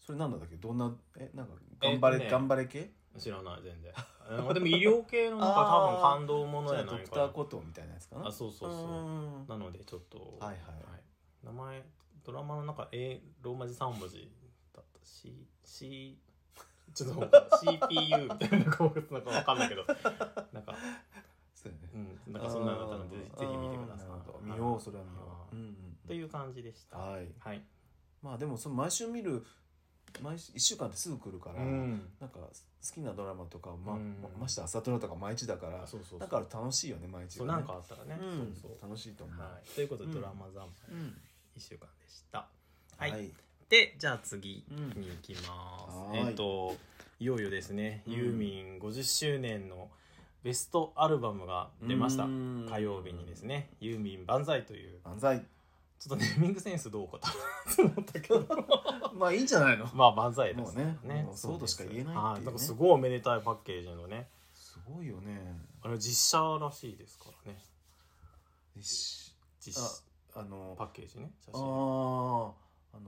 Speaker 1: それなんだっけどんなえなんか
Speaker 2: え
Speaker 1: 頑
Speaker 2: ーと
Speaker 1: 張
Speaker 2: ね
Speaker 1: れ頑張れ系
Speaker 2: い。知らない、全然。うんでも医療系のなんか
Speaker 1: あー
Speaker 2: 多分感動もの
Speaker 1: じゃ
Speaker 2: や
Speaker 1: あド
Speaker 2: ない
Speaker 1: ク
Speaker 2: か
Speaker 1: ター
Speaker 2: な。
Speaker 1: コトーみたいなやつかな
Speaker 2: あ、そうそうそう。
Speaker 1: ん
Speaker 2: なので、ちょっと、
Speaker 1: はいはい
Speaker 2: 名前、ドラマの中、えローマ字三文字だったし、C、ちょっとわかんない CPU みたいな、こうなんかわかんないけど、なんか、
Speaker 1: そうだよね
Speaker 2: うん、なんかそんなのだったので、ぜひ見てください
Speaker 1: あーなる。ほど見ようそれは見よ
Speaker 2: は
Speaker 1: う
Speaker 2: い
Speaker 1: うんうん
Speaker 2: という感じでした。
Speaker 1: はい
Speaker 2: はい。
Speaker 1: まあでもその毎週見る毎週1週間ってすぐ来るから、なんか好きなドラマとか、ま
Speaker 2: うん
Speaker 1: ままして朝ドラとか毎日だから
Speaker 2: あそうそうそう
Speaker 1: だから楽しいよね毎日
Speaker 2: そう
Speaker 1: がね
Speaker 2: なんかあったらね。
Speaker 1: うん
Speaker 2: そうそう。
Speaker 1: 楽しいと思う、
Speaker 2: はい。ということで、
Speaker 1: うん
Speaker 2: ドラマ三
Speaker 1: う
Speaker 2: 昧
Speaker 1: ん
Speaker 2: 一週間でした。はい。で、じゃあ次に行きます。
Speaker 1: うん
Speaker 2: えっと、いよいよですね、
Speaker 1: うん
Speaker 2: ユーミン50周年のベストアルバムが出ました
Speaker 1: う。ん
Speaker 2: 火曜日にですね、ユーミン万歳という、
Speaker 1: 万歳
Speaker 2: ちょっとネーミングセンスどうかと思ったけど、
Speaker 1: まあいいんじゃないの
Speaker 2: まあ万歳です
Speaker 1: もうねもうそうとしか言えないっていうね
Speaker 2: はなんかすごいおめでたいパッケージのね、
Speaker 1: すごいよね
Speaker 2: あれ実写らしいですからね。
Speaker 1: よし
Speaker 2: 実写
Speaker 1: あの
Speaker 2: パッケージね、写
Speaker 1: あーあ
Speaker 2: 真。
Speaker 1: の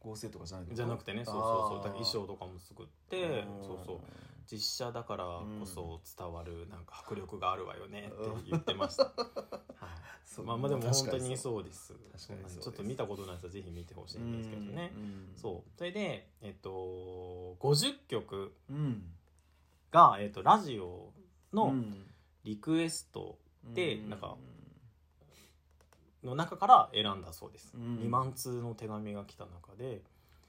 Speaker 1: 合成とかじゃない
Speaker 2: じゃなくてねそうそうそうだから衣装とかも作ってそうそう
Speaker 1: う
Speaker 2: 実写だからこそ伝わるなんか迫力があるわよねって言ってま した、はいまあまあでも本当にそうです
Speaker 1: 確かにそう
Speaker 2: そんな
Speaker 1: です
Speaker 2: ちょっと見たことない人はぜひ見てほしいんですけどね
Speaker 1: う
Speaker 2: そうそれでえっと50曲
Speaker 1: んうん
Speaker 2: が、えっと、ラジオ
Speaker 1: う
Speaker 2: の
Speaker 1: ん
Speaker 2: リクエストで
Speaker 1: う
Speaker 2: なんかの中から選んだそうです、
Speaker 1: うん
Speaker 2: 2万通の手紙が来た中で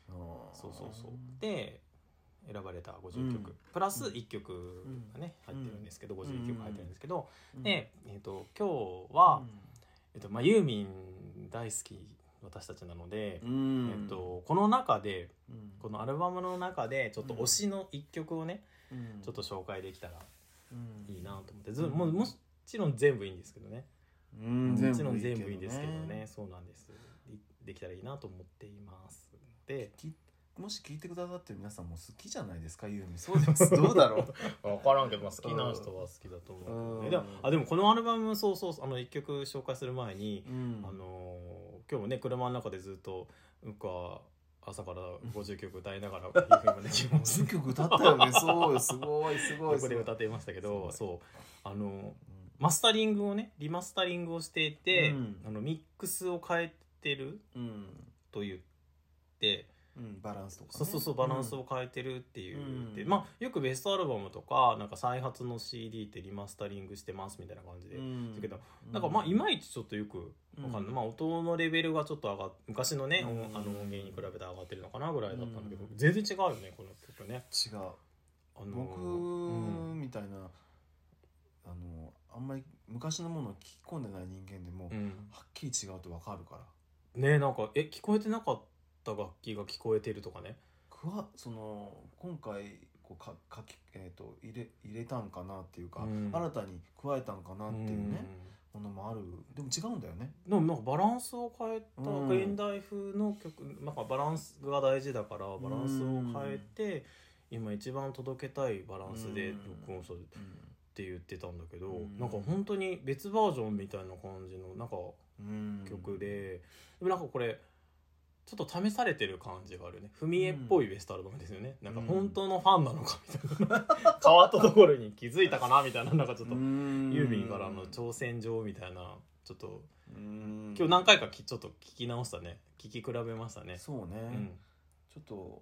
Speaker 1: あー
Speaker 2: そうそうそうで選ばれた50曲、
Speaker 1: うん
Speaker 2: プラス1曲がね、
Speaker 1: うん
Speaker 2: 入ってるんですけど51曲入ってるんですけど、
Speaker 1: うん
Speaker 2: で、えー、と今日は、えっとまあ、ユーミン大好き私たちなので、
Speaker 1: うん
Speaker 2: えっとこの中で
Speaker 1: うん
Speaker 2: このアルバムの中でちょっと推しの1曲をね、
Speaker 1: うん
Speaker 2: ちょっと紹介できたら
Speaker 1: うん
Speaker 2: いいなと思って、ずもうもちろん全部いいんですけどね、
Speaker 1: うん
Speaker 2: もちろん全部いいんですけど
Speaker 1: 全部いい
Speaker 2: ねそうなんですでできたらいいなと思っていますで
Speaker 1: きもし聞いてくださってる皆さんも好きじゃないですかユーミンそうです どうだろ う
Speaker 2: 分からんけど、まあ、好きな人は好きだと思うけどね、
Speaker 1: うん
Speaker 2: でもあでもこのアルバムそうそうあの1曲紹介する前に、
Speaker 1: うん
Speaker 2: あのー今日もね車の中でずっと僕は朝から50曲歌いなが ら FM できます
Speaker 1: 全曲歌ったよねそうよすごいすごい
Speaker 2: こ
Speaker 1: す
Speaker 2: こ
Speaker 1: ご
Speaker 2: で
Speaker 1: い
Speaker 2: 歌っていましたけど
Speaker 1: す
Speaker 2: そうあのーマスタリングをねリマスタリングをしていて、
Speaker 1: うん
Speaker 2: あのミックスを変えてる
Speaker 1: うん
Speaker 2: と言って
Speaker 1: うん、バランスとかね、
Speaker 2: そうそうそうバランスを変えてるっていう、
Speaker 1: うん
Speaker 2: でまあよくベストアルバムとかなんか再発の CD ってリマスタリングしてますみたいな感じで、
Speaker 1: う
Speaker 2: だ
Speaker 1: ん
Speaker 2: けどなんかまあいまいちちょっとよくわかんない、
Speaker 1: うん
Speaker 2: まあ音のレベルがちょっと上がっ昔のね、
Speaker 1: うん
Speaker 2: あの音源に比べて上がってるのかなぐらいだったんだけど、
Speaker 1: うん
Speaker 2: 全然違うよねこの曲ね。
Speaker 1: 違う
Speaker 2: あのー
Speaker 1: 僕
Speaker 2: うん
Speaker 1: みたいな、あのあんまり昔のものを聞き込んでない人間でも、
Speaker 2: うん
Speaker 1: はっきり違うと分かるから
Speaker 2: ねなんかえ聞こえてなかった楽器が聞こえてるとかね
Speaker 1: くわその今回こうかかき、えー、と入れ入れたんかなっていうか、
Speaker 2: うん
Speaker 1: 新たに加えたんかなっていうね、ものもあるでも違うんだよね。
Speaker 2: うんでもなんかバランスを変えた
Speaker 1: うん
Speaker 2: 現代風の曲、なんかバランスが大事だからバランスを変えて、今一番届けたいバランスで録音するって言ってたんだけど、
Speaker 1: うん
Speaker 2: なんか本当に別バージョンみたいな感じのなんか
Speaker 1: うん
Speaker 2: 曲で、でもなんかこれちょっと試されてる感じがあるね踏み絵っぽいベストアルバムですよね、なんか本当のファンなのかみたいな変わったところに気づいたかなみたいななんかちょっと
Speaker 1: 郵
Speaker 2: 郵便からの挑戦状みたいなちょっと
Speaker 1: 今
Speaker 2: 今日何回かきちょっと聞き直したね聞き比べましたね
Speaker 1: そうね、
Speaker 2: うん
Speaker 1: ちょっと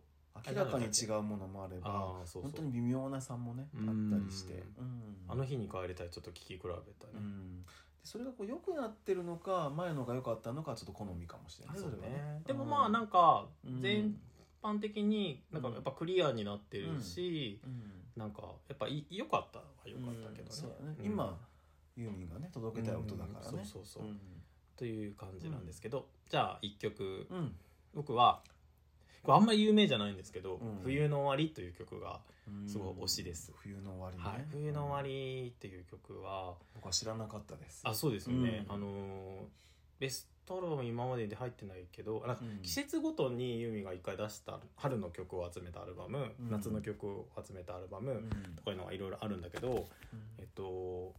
Speaker 1: 明らかに違うものもあれば
Speaker 2: ああそう
Speaker 1: 本
Speaker 2: そ
Speaker 1: 当
Speaker 2: う
Speaker 1: に微妙な差もねあったりして、うん
Speaker 2: あの日に帰りたいちょっと聞き比べたね、
Speaker 1: うん、でそれがこう良くなってるのか前のが良かったのかはちょっと好みかもしれない
Speaker 2: あそう
Speaker 1: れは
Speaker 2: ねでもまあなん
Speaker 1: か、
Speaker 2: か
Speaker 1: うん
Speaker 2: 全般的になんかやっぱクリアになってるし、
Speaker 1: うん
Speaker 2: なんかやっぱい良かったは良かったけどね,、
Speaker 1: うんそうだね今ユーミンがね届けたい音だからね、
Speaker 2: うんそうそうそう、
Speaker 1: ん
Speaker 2: という感じなんですけど、じゃあ1曲
Speaker 1: うん
Speaker 2: 僕はこれあんまり有名じゃないんですけど
Speaker 1: う
Speaker 2: 「
Speaker 1: ん
Speaker 2: 冬の終わり」という曲が、
Speaker 1: うん
Speaker 2: すごい推しです
Speaker 1: 冬の終わりね、
Speaker 2: はい「冬の終わり」っていう曲は
Speaker 1: 僕は知らなかったです
Speaker 2: あそうですよね、
Speaker 1: うん
Speaker 2: あのーベストアルバム今までで入ってないけどなんか
Speaker 1: うん
Speaker 2: 季節ごとにユーミンが一回出した春の曲を集めたアルバム、
Speaker 1: うん
Speaker 2: 夏の曲を集めたアルバム、
Speaker 1: うん
Speaker 2: とかいうのがいろいろあるんだけど えっと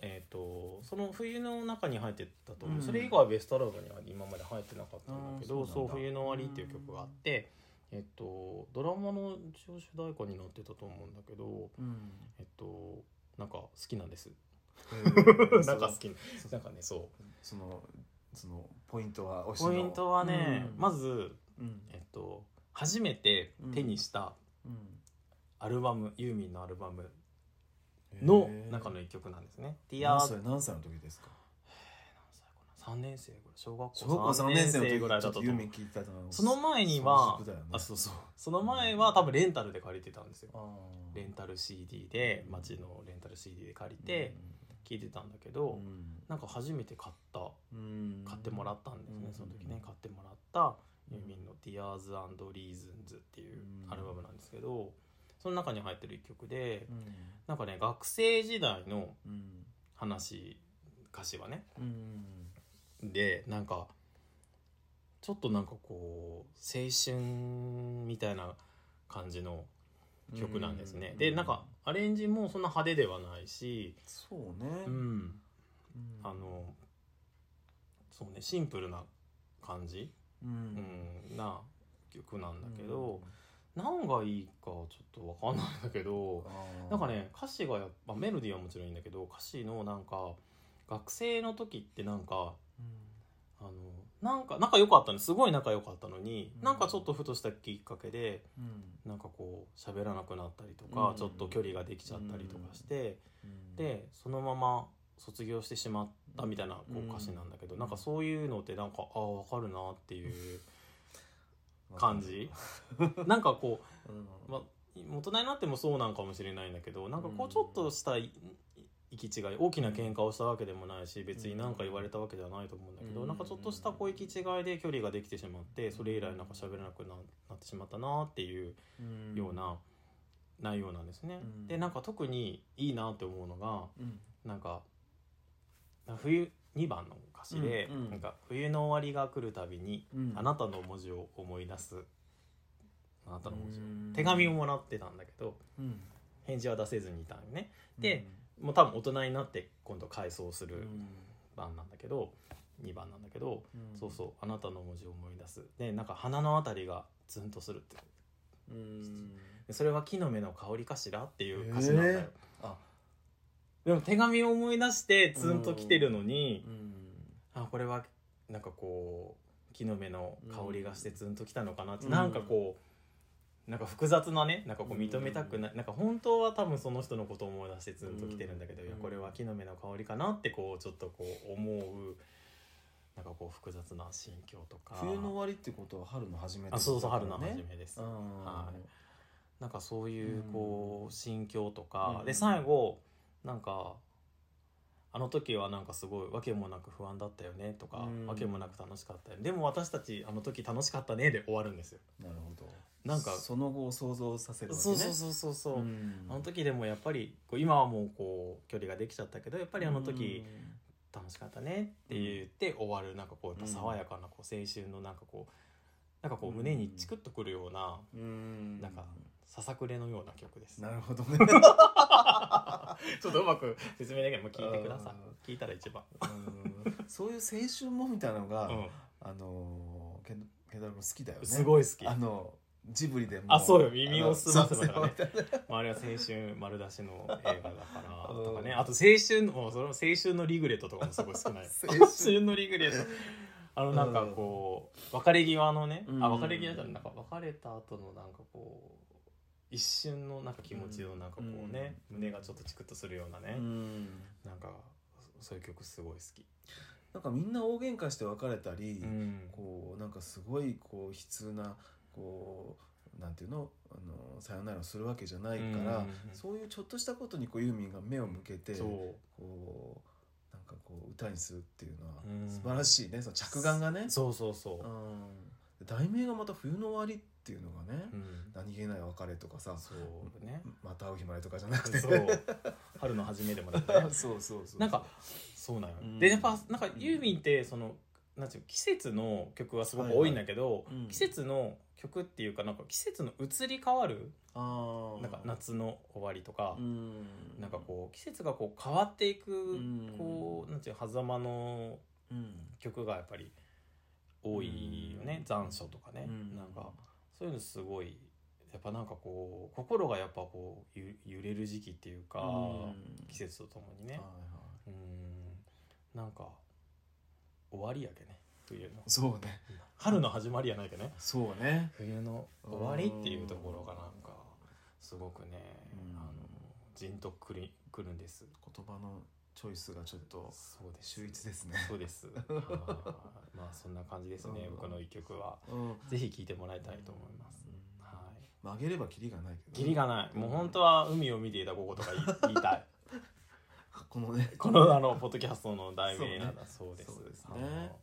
Speaker 2: えっとその冬の中に入ってたと思う、
Speaker 1: うん
Speaker 2: それ以外はベストアルバムには今まで入ってなかったんだけ
Speaker 1: あ
Speaker 2: ど「
Speaker 1: ー
Speaker 2: そ
Speaker 1: そううなんだ
Speaker 2: 冬の終わり」っていう曲があって、えっと、ドラマの一応主題歌になってたと思うんだけど
Speaker 1: うん
Speaker 2: えっとなんか好きなん です。
Speaker 1: え ー
Speaker 2: なんか好
Speaker 1: そ
Speaker 2: きな
Speaker 1: う
Speaker 2: なんかねそう
Speaker 1: そのそのポイントは推しの
Speaker 2: ポイントはね、
Speaker 1: うん
Speaker 2: まず、
Speaker 1: うん
Speaker 2: えっと、初めて手にした
Speaker 1: うん
Speaker 2: アルバム、ユーミンのアルバムの
Speaker 1: へー
Speaker 2: 中の一曲なんですね。ティア
Speaker 1: 何
Speaker 2: ー
Speaker 1: 歳何歳の時ですか
Speaker 2: 3年生ぐらい小学
Speaker 1: 小学校
Speaker 2: 校
Speaker 1: 3
Speaker 2: 3
Speaker 1: 年
Speaker 2: 年
Speaker 1: 生の時
Speaker 2: 生ぐらいだ
Speaker 1: ちょ
Speaker 2: っ
Speaker 1: った
Speaker 2: と
Speaker 1: とユ
Speaker 2: 思
Speaker 1: ー
Speaker 2: う
Speaker 1: ミン聞いたと思う
Speaker 2: その前には
Speaker 1: その時代だよね
Speaker 2: あそうそうその前は多分レンタルで借りてたんですよ
Speaker 1: あー
Speaker 2: レンタル CD で街のレンタル CD で借りて聴いてたんだけ
Speaker 1: う
Speaker 2: ど、
Speaker 1: ん
Speaker 2: なんか初めて買った買ってもらったんですね、
Speaker 1: うん
Speaker 2: その時
Speaker 1: う
Speaker 2: ね
Speaker 1: ん
Speaker 2: 買ってもらったユーミンの「Tears and Reasons」っていうアルバムなんですけどその中に入ってる一曲で
Speaker 1: うん
Speaker 2: なんかね学生時代の
Speaker 1: うん
Speaker 2: 話歌詞はね
Speaker 1: うん
Speaker 2: でなんかちょっとなんかこう青春みたいな感じの曲なんですね、
Speaker 1: う
Speaker 2: でなんかアレンジもそんな派手ではないし、
Speaker 1: そうね
Speaker 2: うん、
Speaker 1: うん
Speaker 2: あのそうねシンプルな感じ、
Speaker 1: う
Speaker 2: うんん、な曲なんだけど、何がいいかちょっとわかんないんだけど
Speaker 1: あ、ー
Speaker 2: なんかね歌詞がやっぱメロディーはもちろんいいんだけど歌詞のなんか学生の時ってなんか
Speaker 1: うん
Speaker 2: あのなんか仲良かったのすごい仲良かったのに、
Speaker 1: うん
Speaker 2: なんかちょっとふとしたきっかけで
Speaker 1: うん
Speaker 2: なんかこう喋らなくなったりとか、
Speaker 1: うん
Speaker 2: ちょっと距離ができちゃったりとかして、
Speaker 1: うん
Speaker 2: でそのまま卒業してしまったみたいなこ
Speaker 1: うん
Speaker 2: う歌詞なんだけど、なんかそういうのってなんかああ分かるなっていう
Speaker 1: わかる
Speaker 2: 感じなんかこう
Speaker 1: うん
Speaker 2: まあ大人になってもそうなんかもしれないんだけどなんかこうちょっとしたい行き違い大きな喧嘩をしたわけでもないし別に何か言われたわけではないと思うんだけど、
Speaker 1: うん
Speaker 2: なんかちょっとしたこう行き違いで距離ができてしまってそれ以来なんか喋らなくななってしまったなっていう
Speaker 1: うん
Speaker 2: ような内容なんですね。
Speaker 1: うん
Speaker 2: でなんか特にいいなって思うのが
Speaker 1: うん
Speaker 2: なんかなんか冬2番の歌詞で、
Speaker 1: うんうん
Speaker 2: なんか冬の終わりが来るたびに
Speaker 1: うん
Speaker 2: あなたの文字を思い出すあなたの文字を
Speaker 1: うん
Speaker 2: 手紙をもらってたんだけど
Speaker 1: うん
Speaker 2: 返事は出せずにいたんよねでもう多分大人になって今度回想す
Speaker 1: う
Speaker 2: る
Speaker 1: ん
Speaker 2: 番なんだけど2番なんだけど
Speaker 1: うん
Speaker 2: そうそうあなたの文字を思い出すでなんか鼻のあたりがツンとするって
Speaker 1: うん
Speaker 2: でそれは木の芽の香りかしらっていう歌詞なんだよ、
Speaker 1: あ
Speaker 2: でも手紙を思い出してツンと来てるのに
Speaker 1: う、ん
Speaker 2: あこれはなんかこう木の芽の香りがしてツンと来たのかなって、
Speaker 1: うん
Speaker 2: なんかこうなんか複雑なねなんかこう認めたくない、なんか本当は多分その人のことを思い出してツンと来てるんだけど、
Speaker 1: うん
Speaker 2: いやこれは木の芽の香りかなってこうちょっとこう思うなんかこう複雑な心境とか
Speaker 1: 冬の終わりってことは春の初めってこ
Speaker 2: あ
Speaker 1: と
Speaker 2: そうそう
Speaker 1: だか
Speaker 2: 春
Speaker 1: ら
Speaker 2: の
Speaker 1: ね
Speaker 2: 初めです、
Speaker 1: うん
Speaker 2: はいなんかそういう
Speaker 1: うん
Speaker 2: こう心境とか、
Speaker 1: うん
Speaker 2: で最後なんかあの時はなんかすごいわけもなく不安だったよねとか、
Speaker 1: うん
Speaker 2: わけもなく楽しかったよねでも私たちあの時楽しかったねで終わるんですよ
Speaker 1: なるほど
Speaker 2: なんか
Speaker 1: その後を想像させるわけ
Speaker 2: そ
Speaker 1: ね
Speaker 2: うそうそうそうそう、
Speaker 1: うん
Speaker 2: あの時でもやっぱりこう今はもうこう距離ができちゃったけどやっぱりあの時楽しかったねって言って終わるなんかこうやっぱ爽やかなこう青春のなんかこうなんかこう胸にチクッとくるような
Speaker 1: うんうん
Speaker 2: なんかささくれのような曲です
Speaker 1: なるほどね
Speaker 2: ちょっとうまく説明できない、まあ、聞いてくださ
Speaker 1: あ
Speaker 2: い。聞いたら一番。
Speaker 1: うんそういう青春もみたいなのが、
Speaker 2: うん、
Speaker 1: あのーケンケンダルも好きだよね
Speaker 2: すごい好き。
Speaker 1: あのジブリでも
Speaker 2: あそうよ耳を澄ませば
Speaker 1: あのそうそう
Speaker 2: まあ、あれは青春丸出しの映画だから
Speaker 1: うん
Speaker 2: とかね。あと青春の、もうそれも青春のリグレットとかもすごい少ない。
Speaker 1: 青
Speaker 2: 青
Speaker 1: 春
Speaker 2: 春のリグレット。あのなんかこう別れ際のね、
Speaker 1: うん
Speaker 2: あ別れ際じゃないなんか別れた後のなんかこう一瞬のなんか気持ちのなんかこうね、胸がちょっとチクッとするようなね、
Speaker 1: うん
Speaker 2: なんかそそういう曲すごい好き。
Speaker 1: なんかみんな大喧嘩して別れたり、
Speaker 2: うん
Speaker 1: こうなんかすごいこう悲痛なこうなんていうのあのさよならをするわけじゃないから、
Speaker 2: うん
Speaker 1: そういうちょっとしたことにこうユーミンが目を向けて、
Speaker 2: そう
Speaker 1: こうなんかこう歌にするっていうのは
Speaker 2: うん
Speaker 1: 素晴らしいね、その着眼がね。
Speaker 2: そうそうそうう。
Speaker 1: ん、題名がまた「冬の終わり」っていうのがね、
Speaker 2: うん
Speaker 1: 何気ない別れとかさ
Speaker 2: そうね。
Speaker 1: 「また会う日まで」とかじゃなくて
Speaker 2: そ
Speaker 1: そう
Speaker 2: う。春の初めでもだね。
Speaker 1: そうそうそう
Speaker 2: なんか、そうなのよ
Speaker 1: うん。
Speaker 2: で、やっぱ、なんか、ユーミンって、その、なんていうの季節の曲はすごく多いんだけど
Speaker 1: はいはいうん、
Speaker 2: 季節の曲っていうか、なんか、季節の移り変わる、
Speaker 1: あー
Speaker 2: なんか、夏の終わりとか
Speaker 1: う、ん
Speaker 2: なんかこう、季節がこう、変わっていく
Speaker 1: うん、
Speaker 2: こう、なんていうの狭間の
Speaker 1: う、ん、
Speaker 2: 曲がやっぱり多いよね。残暑とかね。なんか、そういうのすごい、やっぱなんかこう、心がやっぱこう、ゆ揺れる時期っていうか、
Speaker 1: うん
Speaker 2: 季節とともにね
Speaker 1: はいは
Speaker 2: うーんなんか終わりやけね冬の
Speaker 1: いそうね
Speaker 2: 春の始まりやないけね
Speaker 1: そうね
Speaker 2: 冬の終わりっていうところがなんかすごくね
Speaker 1: うん
Speaker 2: あのじんとくりくるんです
Speaker 1: 言葉のチョイスがちょっと
Speaker 2: そうです
Speaker 1: 秀逸ですね
Speaker 2: そうですはいまあそんな感じですね
Speaker 1: うん
Speaker 2: 僕の一曲は
Speaker 1: うん
Speaker 2: ぜひ聴いてもらいたいと思いますはい
Speaker 1: 曲げればキリがないけど
Speaker 2: キリがないもう本当は海を見ていたこことか言い言い たい
Speaker 1: このね
Speaker 2: このあのポッドキャストの題名なんだそうです
Speaker 1: そうです
Speaker 2: あ
Speaker 1: ね
Speaker 2: の
Speaker 1: はいはいはい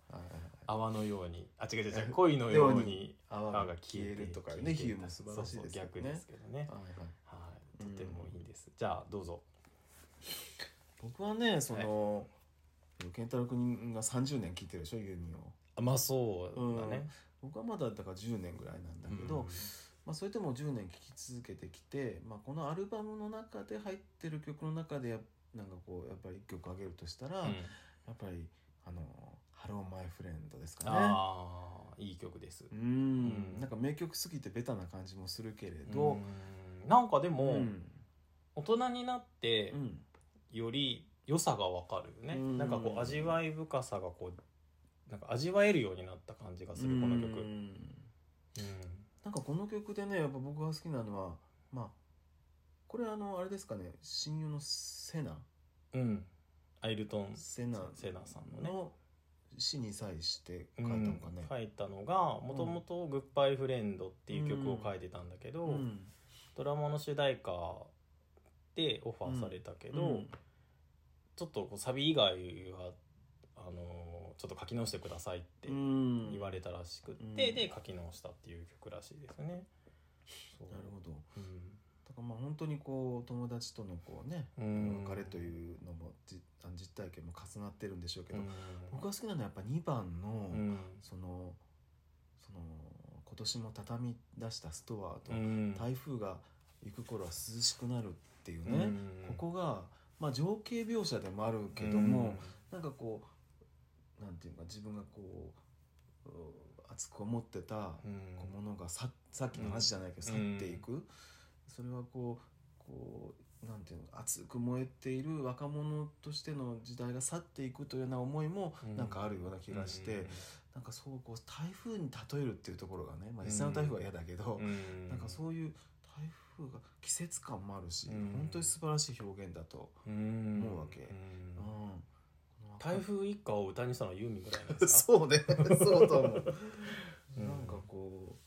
Speaker 2: 泡のようにあ違う違う違う恋のように
Speaker 1: 泡が
Speaker 2: 泡が
Speaker 1: 消
Speaker 2: 消
Speaker 1: え
Speaker 2: え
Speaker 1: る
Speaker 2: る
Speaker 1: と
Speaker 2: と
Speaker 1: か
Speaker 2: か
Speaker 1: ね比喩も素晴らしいですよ
Speaker 2: 逆
Speaker 1: ね
Speaker 2: ですけどね
Speaker 1: はいはい
Speaker 2: はいとてもいいです、じゃあどうぞ
Speaker 1: 僕はねその健太郎君が30年聴いてるでしょユーミンを
Speaker 2: あまあそうだね、
Speaker 1: 僕はまだだから10年ぐらいなんだけど、まあ、それでも10年聴き続けてきて、まあ、このアルバムの中で入ってる曲の中でやなんかこうやっぱり1曲あげるとしたら、
Speaker 2: うん
Speaker 1: やっぱりあの「ハローマイフレンド」ですかね。
Speaker 2: ああいい曲です
Speaker 1: うん
Speaker 2: うん
Speaker 1: なんか名曲すぎてベタな感じもするけれ
Speaker 2: どう
Speaker 1: ど、
Speaker 2: なんかで
Speaker 1: う
Speaker 2: も、
Speaker 1: ん
Speaker 2: 大人になって
Speaker 1: うん
Speaker 2: より良さがわかるよね、
Speaker 1: うん
Speaker 2: なんかこう味わい深さがこうなんか味わえるようになった感じがする、この曲、
Speaker 1: う
Speaker 2: うん
Speaker 1: んなんかこの曲でねやっぱ僕が好きなのはまあこれあのあれですかね親友のセナ
Speaker 2: うん、アイルトン
Speaker 1: セナ
Speaker 2: セナさんのね
Speaker 1: の死に際して書いたのかね。
Speaker 2: 書いたのがもともと「グッバイフレンド」っていう曲を書いてたんだけど、
Speaker 1: うん
Speaker 2: ドラマの主題歌でオファーされたけど、
Speaker 1: うん
Speaker 2: ちょっとこうサビ以外はあのーちょっと書き直してくださいって言われたらしくって、
Speaker 1: うん
Speaker 2: で書き直したっていう曲らしいですね。そう
Speaker 1: なるほどだ
Speaker 2: うん
Speaker 1: からまあ本当にこう友達とのこうね
Speaker 2: うん
Speaker 1: 別れというのもじあの実体験も重なってるんでしょうけ
Speaker 2: う
Speaker 1: ど、
Speaker 2: ん
Speaker 1: 僕が好きなのはやっぱ2番の、
Speaker 2: うん
Speaker 1: そのその今年も畳み出したストアと、
Speaker 2: うん
Speaker 1: 台風が行く頃は涼しくなるっていうね、
Speaker 2: うん
Speaker 1: ここが、まあ、情景描写でもあるけども、
Speaker 2: う
Speaker 1: な
Speaker 2: ん
Speaker 1: んかこうなんていうか自分がこうう熱く思ってた
Speaker 2: うん
Speaker 1: こうものがささっきの話じゃないけど去
Speaker 2: うん
Speaker 1: っていく、それはこうこうなんていうの熱く燃えている若者としての時代が去っていくというような思いも
Speaker 2: うん
Speaker 1: なんかあるような気がして、なんかそうこう台風に例えるっていうところがね、まあ、実際の台風は嫌だけど、
Speaker 2: うん
Speaker 1: なんかそういう台風が季節感もあるし、
Speaker 2: うん
Speaker 1: 本当に素晴らしい表現だと、
Speaker 2: うん
Speaker 1: 思うわけ
Speaker 2: ん
Speaker 1: うんこの
Speaker 2: 台風一過を歌にしたのはユーミンぐらいなんですか
Speaker 1: そう ねそうと思う、
Speaker 2: うん
Speaker 1: なんかこ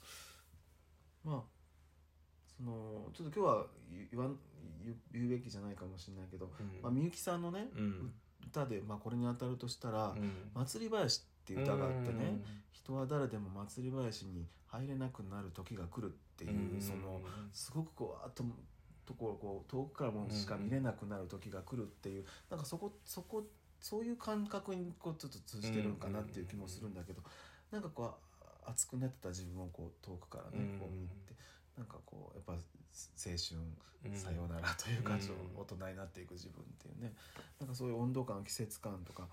Speaker 1: うまあそのちょっと今日は言言わん言う言うべきじゃないかもしれないけど、
Speaker 2: うん
Speaker 1: まあ、みゆきさんのね
Speaker 2: うん
Speaker 1: 歌で、まあ、これに当たるとしたら「
Speaker 2: うん
Speaker 1: 祭り林」っていう歌があってね、人は誰でも祭り林に入れなくなる時が来るって
Speaker 2: うん
Speaker 1: いう、そのすごくこうあっとところこう遠くからもしか見れなくなる時が来るっていう、なんかそこそこそういう感覚にこうちょっと通じてるのかなっていう気もするんだけど、なんかこう熱くなってた自分をこう遠くからねこう見て、なんかこうやっぱ青春
Speaker 2: うん
Speaker 1: さようならというか、
Speaker 2: うん
Speaker 1: ちょっと大人になっていく自分っていうねなんかそういう温度感季節感とか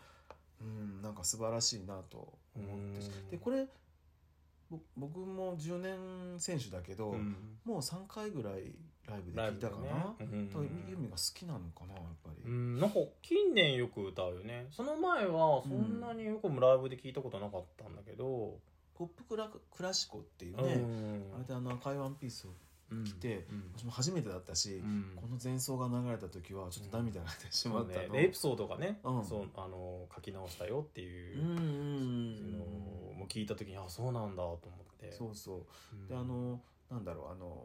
Speaker 1: うんなんか素晴らしいなと思ってし
Speaker 2: うん
Speaker 1: でこれぼ僕も10年選手だけど、
Speaker 2: うん
Speaker 1: もう3回ぐらいライブで
Speaker 2: ライ
Speaker 1: 聞い
Speaker 2: ブ
Speaker 1: た
Speaker 2: でね
Speaker 1: かな、
Speaker 2: うん
Speaker 1: とユミが好きなのかなやっぱり、
Speaker 2: うんなんか近年よく歌うよねその前はそんなによくもライブで聞いたことなかったんだけど、
Speaker 1: ポップクラクラシコっていう
Speaker 2: うん
Speaker 1: ね、あれであの赤いワンピースを着て、
Speaker 2: うん
Speaker 1: 私も初めてだったし、
Speaker 2: うん
Speaker 1: この前奏が流れた時はちょっと涙が出てしま
Speaker 2: そう
Speaker 1: ったの、
Speaker 2: ねでエピソードがね、
Speaker 1: うん
Speaker 2: そうあの書き直したよっていう
Speaker 1: うんうんうん
Speaker 2: のも聞いた時にあそうなんだと思って
Speaker 1: そうそう
Speaker 2: うん
Speaker 1: であのなんだろうあの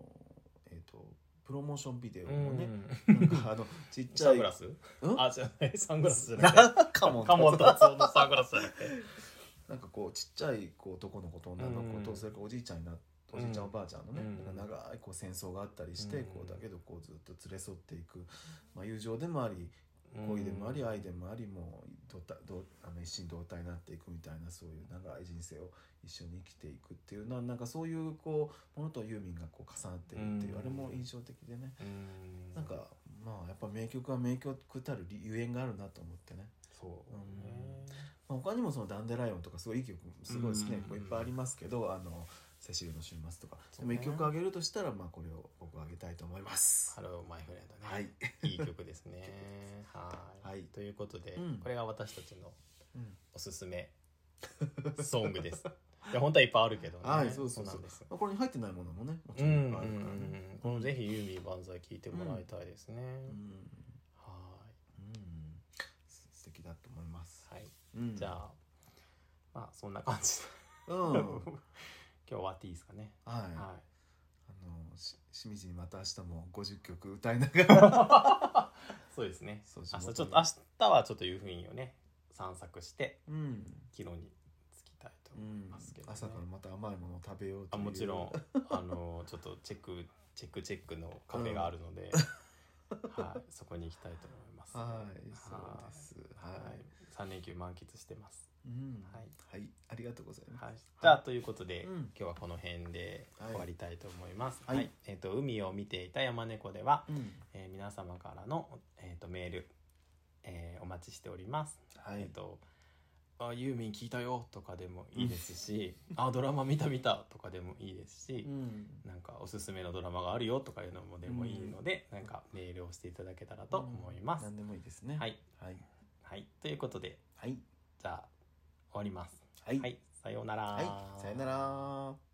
Speaker 1: えっ、とプロモーションビデオ
Speaker 2: うん
Speaker 1: もね、なんかあのちっち
Speaker 2: サ
Speaker 1: ゃい
Speaker 2: ングラス
Speaker 1: うん
Speaker 2: あじゃないサングラスじゃなくて
Speaker 1: なんかも
Speaker 2: カモン達夫のサングラスじゃなくて
Speaker 1: なんかこうちっちゃいこう男の子と女の子と、
Speaker 2: うん
Speaker 1: それからおじいちゃんになおじいちゃんおばあちゃんのね、
Speaker 2: うん
Speaker 1: 長いこう戦争があったりして、
Speaker 2: うん
Speaker 1: こうだけどこうずっと連れ添っていく、まあ、友情でもあり恋でもあり愛でもありもうどたどあの一心同体になっていくみたいなそういう長い人生を一緒に生きていくっていうななんかそういうこうものとユーミンがこう重なってるっていう、
Speaker 2: うん
Speaker 1: あれも印象的でね
Speaker 2: うん
Speaker 1: なんかまあやっぱ名曲は名曲たる理ゆえんがあるなと思ってね、
Speaker 2: そううんね
Speaker 1: まあ、他にもその「ダンデライオン」とかすごいいい曲すごい好きな曲いっぱいありますけど「あのセシルの週末」とか、
Speaker 2: そ
Speaker 1: で
Speaker 2: う
Speaker 1: も
Speaker 2: ね
Speaker 1: 一曲あげるとしたらまあこれを僕あげたいと思います
Speaker 2: ハ。ローマイフレンドね
Speaker 1: はい、
Speaker 2: いい曲ですねはい
Speaker 1: はい
Speaker 2: ということで
Speaker 1: うん
Speaker 2: これが私たちの
Speaker 1: うん
Speaker 2: おすすめソングですいや本当はいっぱいあるけど ね
Speaker 1: はいそうそう
Speaker 2: な
Speaker 1: そ
Speaker 2: ん
Speaker 1: う
Speaker 2: ですよ
Speaker 1: まあ、これに入ってないものもねもちろ
Speaker 2: う
Speaker 1: ん
Speaker 2: ん
Speaker 1: い
Speaker 2: うん
Speaker 1: っ
Speaker 2: うん
Speaker 1: ぱいある
Speaker 2: う
Speaker 1: からね。
Speaker 2: んこのぜひユーミン万歳聞いてもらいたいですね
Speaker 1: うん
Speaker 2: は
Speaker 1: うんす素敵だと思います。
Speaker 2: いはい
Speaker 1: うん
Speaker 2: じゃあまあそんな感じで
Speaker 1: うん、
Speaker 2: 今
Speaker 1: は
Speaker 2: 日終わっていいですかね
Speaker 1: い、あ
Speaker 2: は
Speaker 1: のししみじみまた明日も50曲歌いなが ら
Speaker 2: いそうですね
Speaker 1: そう
Speaker 2: 明日ちょっと明日はちょっというふうにね散策して
Speaker 1: うん、
Speaker 2: 昨日に着きたいと
Speaker 1: う
Speaker 2: 思い
Speaker 1: ん
Speaker 2: ますけどね
Speaker 1: 朝からまた甘いものを食べよう
Speaker 2: あもちろん
Speaker 1: ん
Speaker 2: あのちょっとチェックチェックチェックのカフェがある ので、はいそこに行きたいと思います、
Speaker 1: はいそうです
Speaker 2: は
Speaker 1: はいい、
Speaker 2: 三連休満喫してます、
Speaker 1: うん
Speaker 2: はい
Speaker 1: はい、ありがとうございます
Speaker 2: はい、じゃあということで、
Speaker 1: うん
Speaker 2: 今日はこの辺で
Speaker 1: はい
Speaker 2: 終わりたいと思います、は
Speaker 1: はいい
Speaker 2: えっ、と海を見ていた山猫では、
Speaker 1: うん
Speaker 2: えー皆様からのえっ、とメール、えーお待ちしております
Speaker 1: は
Speaker 2: えっ
Speaker 1: い
Speaker 2: と「あユーミン聞いたよ」とかでもいいですし「 あドラマ見た見た」とかでもいいですし、
Speaker 1: うん
Speaker 2: なんかおすすめのドラマがあるよとかいうのもでもいいので、なんかメールをしていただけたらと思います。
Speaker 1: 何でもいいですね
Speaker 2: はい、
Speaker 1: はい
Speaker 2: はい、ということで
Speaker 1: はい
Speaker 2: じゃあ終わります。
Speaker 1: はい
Speaker 2: はい、さようなら。
Speaker 1: はいさよなら